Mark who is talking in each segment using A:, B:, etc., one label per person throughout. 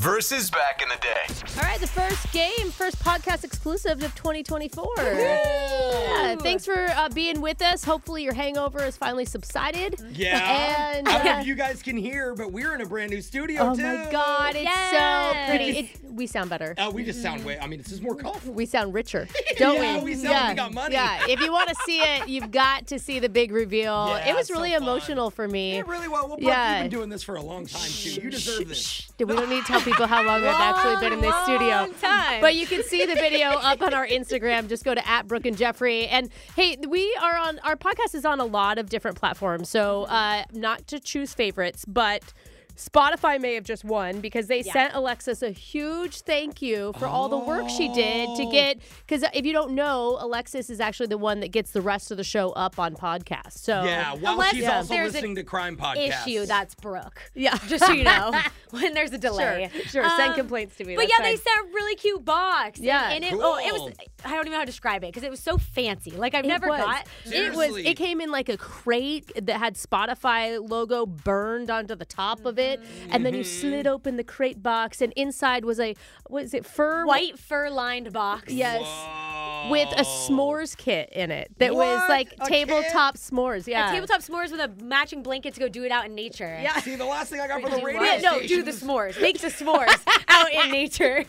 A: versus back in the day.
B: All right, the first game, first podcast exclusive of 2024. Yeah, thanks for uh, being with us. Hopefully, your hangover has finally subsided.
C: Yeah.
B: And,
C: I don't know
B: uh,
C: if you guys can hear, but we're in a brand new studio
B: oh
C: too.
B: my God, it's so pretty. It, we sound better.
C: Oh, we just sound way. I mean, this is more colorful.
B: We sound richer, don't
C: Yeah,
B: we?
C: we sound like we got money.
B: Yeah. If you want to see it, you've got to see the big reveal.
C: Yeah,
B: it was
C: so
B: really
C: fun.
B: emotional for me.
C: Yeah, really well. Well, Brooke,
B: Yeah.
C: you've been doing this for a long time too. You deserve this.
B: Dude, We don't need to tell people how long we've actually been in this studio.
D: time.
B: But you can see the video up on our Instagram. Just go to at Brooke and Jeffrey. And hey, we are on our podcast is on a lot of different platforms. So uh, not to choose favorites, but Spotify may have just won because they sent Alexis a huge thank you for all the work she did
D: Oh.
B: to get. Because if you don't know, Alexis is actually the one that gets the rest of the show up on podcast. So
C: Yeah, while
D: Unless
C: she's
D: Yeah.
C: also
D: there's
C: listening
D: an
C: to crime podcasts.
D: issue that's Brooke.
B: yeah,
D: Just so you know, when there's a delay.
B: Oh. Sure, sure. Send
D: Um,
B: complaints to me.
D: But
B: That's
D: yeah, they
B: fine.
D: sent a really cute box. and-
B: Yeah.
D: and it, oh, it was.
C: Cool.
D: I don't even know how to describe it because it was so fancy. Like I've
B: It
D: never
B: was.
D: got.
B: It was.
C: Seriously.
B: It came in like a crate that had Spotify logo burned onto the top of it, and then you slid open the crate box, and inside was a what is it fur
D: White fur lined box.
B: Yes.
C: Whoa.
B: With a
C: Oh.
B: s'mores kit in it that was
C: What?
B: like
C: A
B: tabletop s'mores, yeah.
D: Tabletop s'mores with a matching blanket to go do it out in nature. Yeah.
C: See, the last thing I got from the
D: Do
C: radio
D: what? no, do
C: station
D: the
C: is-
D: s'mores. Make the s'mores out in nature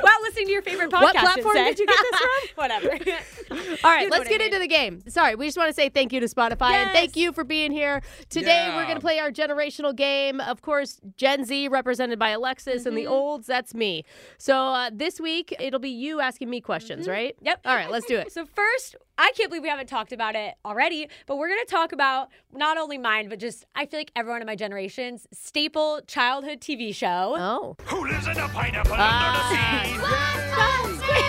D: while listening to your favorite podcast.
B: What platform
D: instead.
B: did you get this from?
D: Whatever.
B: All right,
D: You know
B: let's
D: what I
B: get
D: mean.
B: into the game. Sorry, we just want to say thank you to Spotify and thank
D: Yes.
B: you for being here. Today, we're
C: Yeah.
B: going to play our generational game. Of course, Gen Z, represented by Alexis, and the
D: Mm-hmm.
B: olds, that's me. So uh, this week, it'll be you asking me questions, right?
D: Mm-hmm. Yep.
B: All right, let's do it.
D: So first, I can't believe we haven't talked about it already, but we're gonna talk about not only mine, but just I feel like everyone in my generation's staple childhood TV show.
B: Oh.
E: Who lives in a pineapple
B: Ah.
E: under the sea?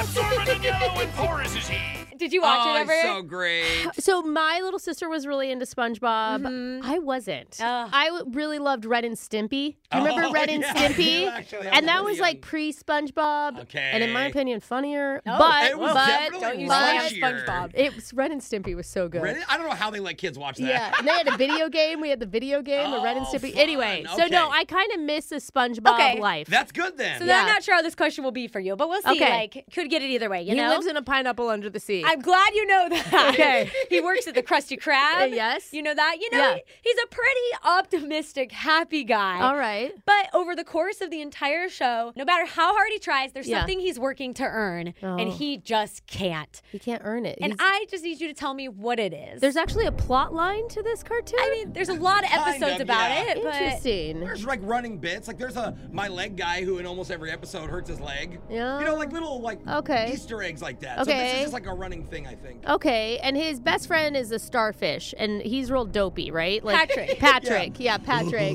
E: Absorbent and yellow and porous is he.
D: Did you watch
C: Oh,
D: it ever?
C: it's so great.
B: So my little sister was really into SpongeBob. I wasn't.
D: Mm-hmm. Ugh.
B: I w- really loved Red and Stimpy. Do you remember
C: Oh,
B: Red and
C: yeah, I do
B: Stimpy?
C: actually. I
B: and
C: was
B: that
C: really
B: was like
C: young.
B: pre SpongeBob. And in my
C: Okay.
B: opinion, funnier.
D: Oh,
B: But
C: It was
B: but-
C: definitely
D: don't you
B: but-
D: slam
C: flashier.
D: SpongeBob.
B: It was Red and Stimpy was so good.
C: Really? I don't know how they let kids watch that.
B: Yeah, and they had a video game. We had the video game, the Red and
C: Oh,
B: Stimpy.
C: fun.
B: Anyway, so no,
C: Okay.
B: I kind of miss the SpongeBob
D: Okay.
B: life.
C: That's good then.
D: So
B: Yeah.
D: then I'm not sure how this question will be for you, but we'll see.
B: Okay.
D: Like, could get it either way. You
B: he
D: know.
B: lives in a pineapple under the sea.
D: I I'm glad you know that.
B: Okay.
D: he works at the Krusty Krab.
B: Uh, yes.
D: You know that? You know,
B: Yeah.
D: he- he's a pretty optimistic, happy guy.
B: All right.
D: But over the course of the entire show, no matter how hard he tries, there's
B: Yeah.
D: something he's working to earn, and
B: Oh.
D: he just can't.
B: He can't earn it.
D: And
B: He's-
D: I just need you to tell me what it is.
B: there's actually a plot line to this cartoon.
D: I mean, there's a lot of
C: Kind
D: episodes
C: of,
D: about
C: yeah.
D: it, but
B: interesting.
C: There's like running bits. Like there's a my leg guy who in almost every episode hurts his leg.
B: Yeah.
C: You know, like little like
B: Okay.
C: Easter eggs like that. So this
B: Okay. Oh,
C: is just like a running thing, I think.
B: Okay, and his best friend is a starfish, and he's real dopey, right?
D: Patrick.
B: Patrick, yeah, Patrick.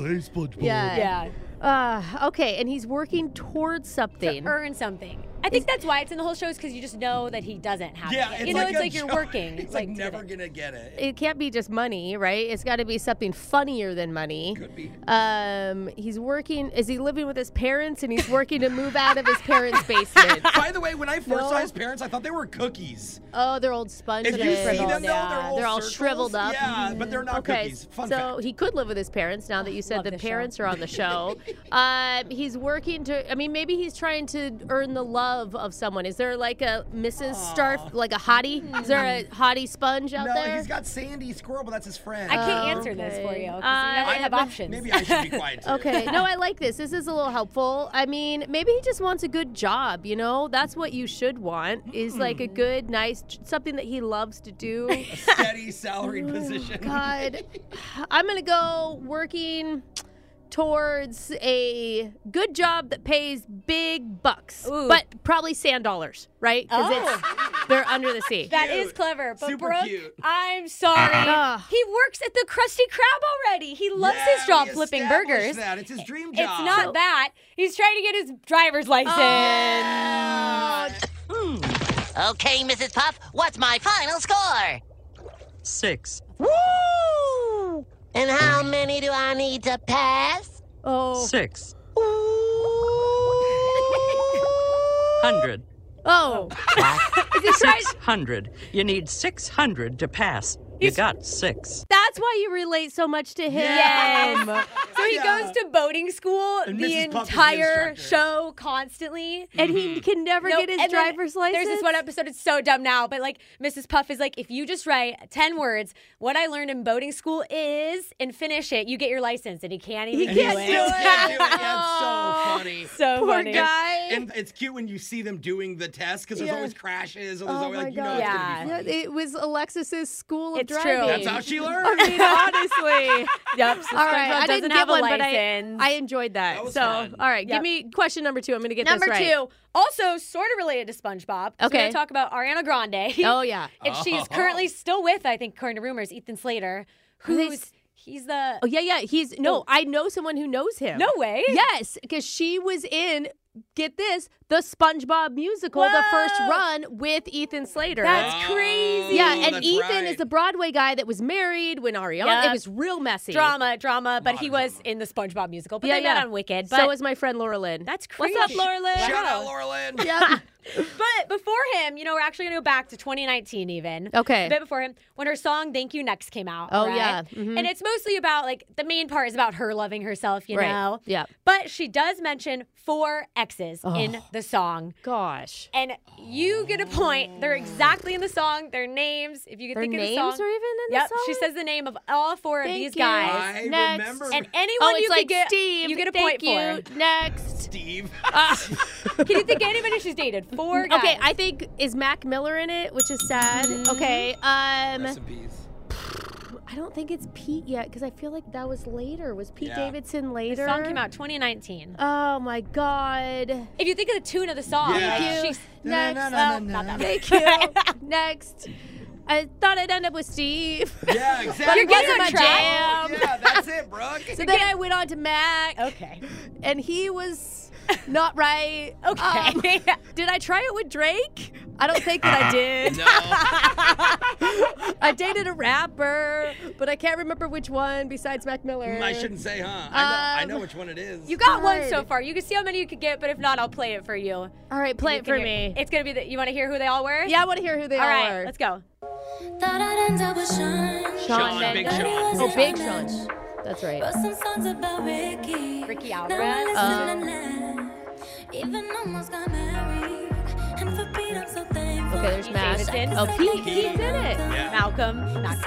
B: Yeah.
D: yeah,
B: Uh, okay, and he's working towards something.
D: earn something. I think that's why it's in the whole show is because you just know that he doesn't have
C: Yeah,
D: it.
C: it's
D: You know,
C: like
D: it's
C: a
D: like you're
C: joke.
D: working.
C: It's like,
D: to
C: never
D: get it.
C: gonna get it.
B: It can't be just money, right? It's got to be something funnier than money.
C: Could be.
B: Um, he's working. Is he living with his parents? And he's working to move out of his parents' basement.
C: By the way, when I first
B: No.
C: saw his parents, I thought they were cookies.
B: Oh, they're old sponges.
C: If you see them though,
D: yeah.
C: they're all,
B: they're all
C: circles.
B: shriveled up.
C: Yeah, but they're not
B: Okay,
C: cookies. Fun
B: so
C: fact.
B: he could live with his parents now that you said
D: love
B: the
D: this show.
B: parents are on the show. um, he's working to. I mean, maybe he's trying to earn the love of someone. Is there like a Mrs. Starf, like a hottie? Is there a hottie sponge out
C: Mm-hmm. no,
B: there?
C: he's got Sandy Squirrel, but that's his friend.
D: I can't
B: Oh,
D: answer this for
B: okay.
D: you. 'cause
B: Uh,
D: you know, I have
B: but-
D: options.
C: Maybe I should be quiet. too.
B: Okay. No, I like this. This is a little helpful. I mean, maybe he just wants a good job, you know? That's what you should want is like a
D: Hmm.
B: good, nice, something that he loves to do.
C: Steady salaried position.
B: God. I'm going to go working towards a good job that pays big bucks,
D: Ooh. Oh.
B: but probably sand dollars, right? Because it's they're under the sea.
D: That is
C: Cute.
D: clever, but
C: Super
D: Brooke,
C: cute.
D: I'm sorry.
B: Ugh.
D: he works at the Krusty Krab already. He loves
C: Yeah,
D: his job
C: we
D: flipping
C: established
D: burgers.
C: That. It's his dream
D: It's
C: job.
D: not that. He's trying to get his driver's license.
F: Okay, Mrs. Puff, what's my final score?
G: Six.
F: Woo! And how many do I need to pass?
B: Oh.
G: Six.
F: Ooh.
G: Hundred.
B: Oh.
G: Six hundred. You need six hundred to pass. You got six.
B: That's why you relate so much to him.
D: Yes. So he
C: Yeah.
D: goes to boating school
C: And
D: the
C: Mrs. Puff is the
D: entire
C: instructor.
D: show constantly.
B: And he can never
D: Nope,
B: get his
D: and then
B: driver's license.
D: There's this one episode. It's so dumb now, but like Mrs. Puff is like, if you just write ten words, what I learned in boating school is, and finish it, you get your license. And he can't even
C: He
B: can't
D: do it.
C: still can't do it. Yeah, it's so funny.
D: So
B: Poor
D: funny.
B: guy.
C: And it's cute when you see them doing the test because there's
B: Yeah.
C: always crashes. Or there's
B: Oh
C: always
B: my
C: like you
B: God.
C: know it's
D: Yeah.
C: gonna
B: Yeah,
C: be funny.
B: it was Alexis's school of
D: It's true.
B: driving.
C: That's how she learned.
B: I mean, honestly.
D: Yep. so
B: all right,
D: SpongeBob
B: I
D: doesn't
B: didn't get
D: have a
B: one, but I,
D: license.
B: I enjoyed that.
C: That was
B: so,
C: fun.
B: all right,
D: Yep.
B: give me question number two. I'm going to get
D: Number
B: this right.
D: two, also sort of related to SpongeBob. So We're
B: Okay.
D: gonna talk about Ariana Grande.
B: Oh yeah.
D: and she's currently still with, I think, according to rumors, Ethan Slater,
B: Who they
D: who's
B: s-
D: he's the
B: Oh yeah, yeah. He's no. I know someone who knows him.
D: no way.
B: Yes, because she was in. Get this, the SpongeBob musical, the first
D: Whoa.
B: run with Ethan Slater.
D: That's crazy.
B: yeah,
C: Oh,
B: and
C: that's
B: Ethan
C: right.
B: is the Broadway guy that was married when Ariana. It
D: Yep.
B: was real messy.
D: drama, drama, but he
C: Modern
D: was in the SpongeBob musical, but
B: Yeah,
D: they
B: yeah.
D: met on Wicked. But
B: so is my friend Laura Lynn.
D: that's
B: What's
D: crazy.
B: up, Laura Lynn?
C: Shout out, Laura Lynn.
B: Yep.
D: But before him, you know, we're actually gonna go back to 2019 even.
B: Okay.
D: A bit before him, when her song Thank You Next came out.
B: Oh,
D: right?
B: yeah. Mhm.
D: And it's mostly about like the main part is about her loving herself, you
B: Right.
D: know.
B: Yeah. Oh.
D: But she does mention four exes in the song.
B: Gosh.
D: And you get a point. They're exactly in the song, their names, if you can
B: Their
D: think
B: names
D: of the song.
B: are even in the
D: yep,
B: song?
D: She says the name of all four of
B: Thank
D: these
B: you.
D: guys.
C: I
B: Next.
C: remember
D: And anyone
B: Oh,
D: you
B: it's
D: could
B: like
D: get,
B: Steve.
D: you get a
B: thank
D: point for.
B: you. Next.
C: Steve.
D: Can you think of anybody she's dated? Four guys.
B: Okay, I think is Mac Miller in it, which is sad. Okay, um,
C: Recipes.
B: I don't think it's Pete yet because I feel like that was later. Was Pete
C: Yeah.
B: Davidson
D: the
B: later?
D: song came out 2019.
B: Oh my God!
D: Uh, If you think of the tune of the song,
C: Yeah.
D: like,
B: Thank you.
D: she's
B: Next. Oh,
C: Na, na,
D: well,
C: na,
D: not
C: na, na.
D: that bad.
B: Thank you. Next. I thought I'd end up with Steve.
C: Yeah, exactly.
D: You're getting
B: Wasn't
D: on
B: my
D: track.
B: jam.
C: Yeah, that's it, Brooke.
B: So then I went on to Mac,
D: Okay.
B: and he was not right. Um,
D: Okay.
B: Did I try it with Drake? I don't think that I did.
C: No.
B: I dated a rapper, but I can't remember which one besides Mac Miller.
C: Mm, I shouldn't say, huh? I know, I know
B: Um,
C: which one it is.
D: you got one
B: God.
D: so far. You can see how many you could get, but if not, I'll play it for you.
B: All right, play it
D: You
B: for
D: can hear-
B: me.
D: It's gonna be the. You want to hear who they all were?
B: yeah, I want to hear who they
D: All
B: are.
D: right. Let's go.
H: Thought I'd end up with Sean.
C: Sean,
B: Mendes.
C: Big Sean.
B: Oh, Big Sean. That's
H: Wrote
B: right.
H: some songs about Ricky.
D: Ricky
H: Now I
D: Alvarez. Uh,
H: listen and laugh. Even almost got married. And for Pete, I'm so thankful.
B: Okay, Taylor's Mash.
D: Davidson.
B: Oh, Pete, Pete did it.
D: Malcolm. Mac-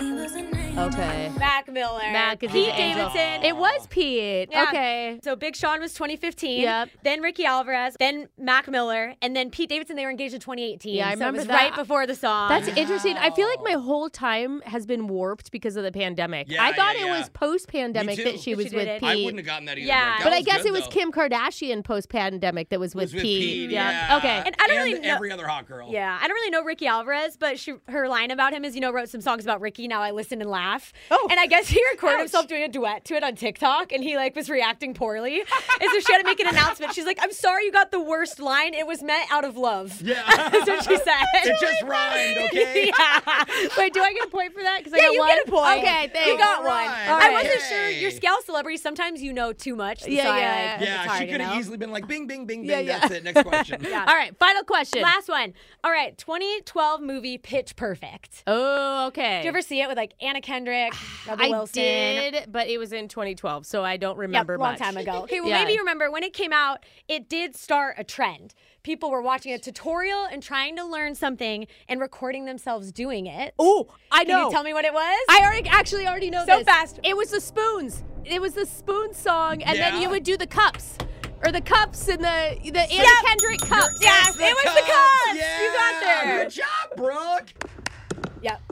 B: Okay.
D: Mac Miller.
B: Mac is
D: Pete
B: his angel.
D: Davidson.
B: It was Pete.
D: Yeah.
B: Okay.
D: So Big Sean was 2015.
B: Yep.
D: Then Ricky Alvarez. Then Mac Miller. And then Pete Davidson. They were engaged in 2018.
B: Yeah, I
D: so
B: remember
D: it was
B: that.
D: right before the song.
B: That's interesting. I feel like my whole time has been warped because of the pandemic.
C: Yeah,
B: I thought
C: yeah,
B: it
C: yeah.
B: was post pandemic
C: Me too.
B: that she
D: That
B: was
D: she did
B: with
D: it.
B: Pete.
C: I wouldn't have gotten that either.
D: Yeah.
C: Brooke. That
B: but I guess
C: good,
B: it was
C: though.
B: Kim Kardashian post pandemic that was
C: It was
B: with,
C: with Pete. Yeah.
B: Okay.
D: And I don't really know-
C: every other hot girl.
D: Yeah, I don't really know Ricky Alvarez, but she her line about him is, you know, wrote some songs about Ricky. Now I listen and laugh.
B: Oh.
D: and I guess he recorded himself doing a duet to it on TikTok, and he like was reacting poorly, and so she had to make an announcement. She's like, "I'm sorry, you got the worst line. It was meant out of love."
C: Yeah.
D: That's what she said.
C: It just rhymed, okay?
D: yeah.
B: Wait, do I get a point for that? Because I
D: Yeah,
B: got
D: you
B: one?
D: get a point.
B: Okay, thanks.
D: You got
C: All
D: one.
C: right,
D: I wasn't
C: okay.
D: sure. Your scale celebrity, sometimes you know too much.
B: Yeah, yeah.
D: Yeah, yeah.
C: Yeah, she could have easily been like, bing, bing, bing, bing.
B: Yeah, yeah.
C: That's it. Next question.
D: Yeah.
B: All right, final question.
D: Last one. All right, 2012 movie Pitch Perfect.
B: oh, okay.
D: Did you ever see it with like Anna Kendrick, Rebel
B: I
D: Wilson?
B: did, but it was in 2012, so I don't
D: Yep,
B: remember
D: long
B: much.
D: time ago. Okay, well
B: Yeah.
D: maybe you remember when it came out, it did start a trend. People were watching a tutorial and trying to learn something and recording themselves doing it.
B: Oh, I
D: Can
B: know.
D: you tell me what it was?
B: I already actually already know
D: So
B: this.
D: fast.
B: It was the spoons. It was the spoon song, and then
C: Yeah.
B: you would do the cups, or the cups and the the Anna
D: Yep.
B: Kendrick cups.
D: Yes,
C: That's the
D: it was the
C: cups.
D: cups.
C: Yeah.
D: You got there.
C: Good job, Brooke.
D: Yep.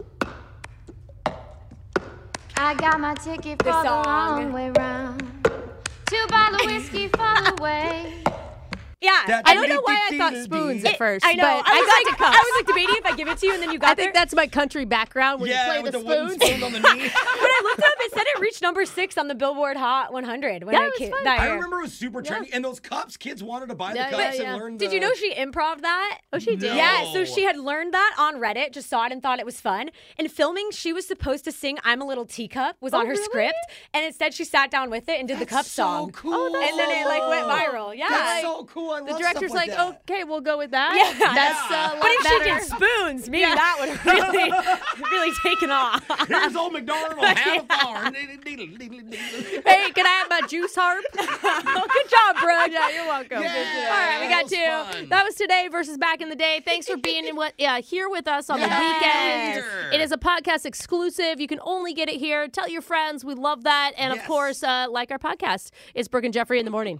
H: I got my ticket for the,
D: song.
H: long way round. Two bottle whiskey far away.
D: Yeah.
C: That-
B: I don't know why I thought spoons at
C: It-
B: first.
D: I know.
B: But
D: I, was
B: got
D: like,
B: the cups.
D: I was like debating if I give it to you and then you got
B: I think
D: there.
B: that's my country background when
C: Yeah,
B: you play
C: with
B: the
C: the wooden
B: spoons.
C: spoon on the knee.
D: when I looked up, it said it reached number six on the Billboard Hot 100 when
B: That
D: it
B: was
D: came
B: fun.
D: that
C: I
D: year.
C: remember it was super trendy. And those cups, kids wanted to buy the
B: Yeah,
C: cups
B: yeah,
C: and
B: yeah.
C: learn the...
D: Did you know she improv that? Oh, she
C: did?
D: Yeah, so
C: No.
D: she had learned that on Reddit, just saw it and thought it was fun. And filming, she was supposed to sing "I'm a Little Teacup" was on her
B: Oh, really?
D: script, and instead she sat down with it and did the cup
C: That's so
D: song.
C: cool. Oh, that's
D: and then it like went viral. Yeah.
C: That's so cool. I love
B: The director's
C: stuff like,
B: like, "Oh,
C: that.
B: okay, we'll go with that.
D: Yeah.
B: That's uh, a lot
D: but if
B: better.
D: she did spoons, maybe that would have really, really taken off.
C: Here's old McDonald. Have a farm. yeah.
B: hey, can I have my juice harp? Good job, bro. Yeah, you're welcome.
C: Yeah,
B: Good job. All right, we
C: that
B: got
C: was
B: two.
C: fun.
B: That was today versus back in the day. Thanks for being in what, yeah, here with us on
C: Yes.
B: the weekend. It is a podcast exclusive. You can only get it here. Tell your friends. We love that. And of
C: Yes.
B: course, uh, like our podcast, it's Brooke and Jeffrey in the morning.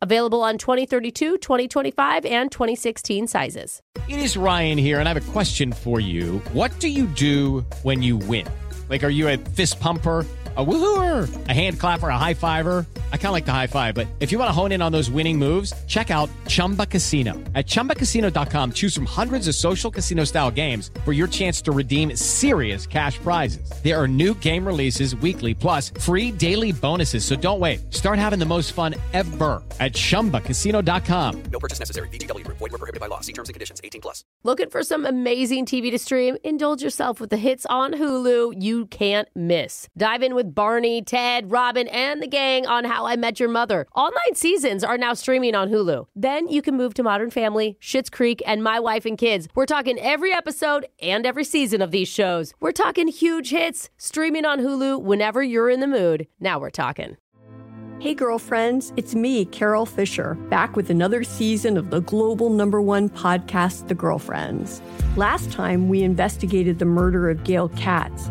B: Available on 2032, 2025, and 2016 sizes.
I: It is Ryan here, and I have a question for you. What do you do when you win? Like, are you a fist pumper? A woohooer, a hand clapper, a high fiver. I kind of like the high five, but if you want to hone in on those winning moves, check out Chumba Casino. At chumbacasino.com, choose from hundreds of social casino style games for your chance to redeem serious cash prizes. There are new game releases weekly, plus free daily bonuses. So don't wait. Start having the most fun ever at chumbacasino.com.
B: Looking for some amazing TV to stream? Indulge yourself with the hits on Hulu you can't miss. Dive in with Barney, Ted, Robin, and the gang on How I Met Your Mother. All nine seasons are now streaming on Hulu. Then you can move to Modern Family, Schitt's Creek, and My Wife and Kids. We're talking every episode and every season of these shows. We're talking huge hits streaming on Hulu whenever you're in the mood. Now we're talking.
J: Hey, girlfriends, it's me, Carol Fisher, back with another season of the global number one podcast, The Girlfriends. Last time, we investigated the murder of Gail Katz.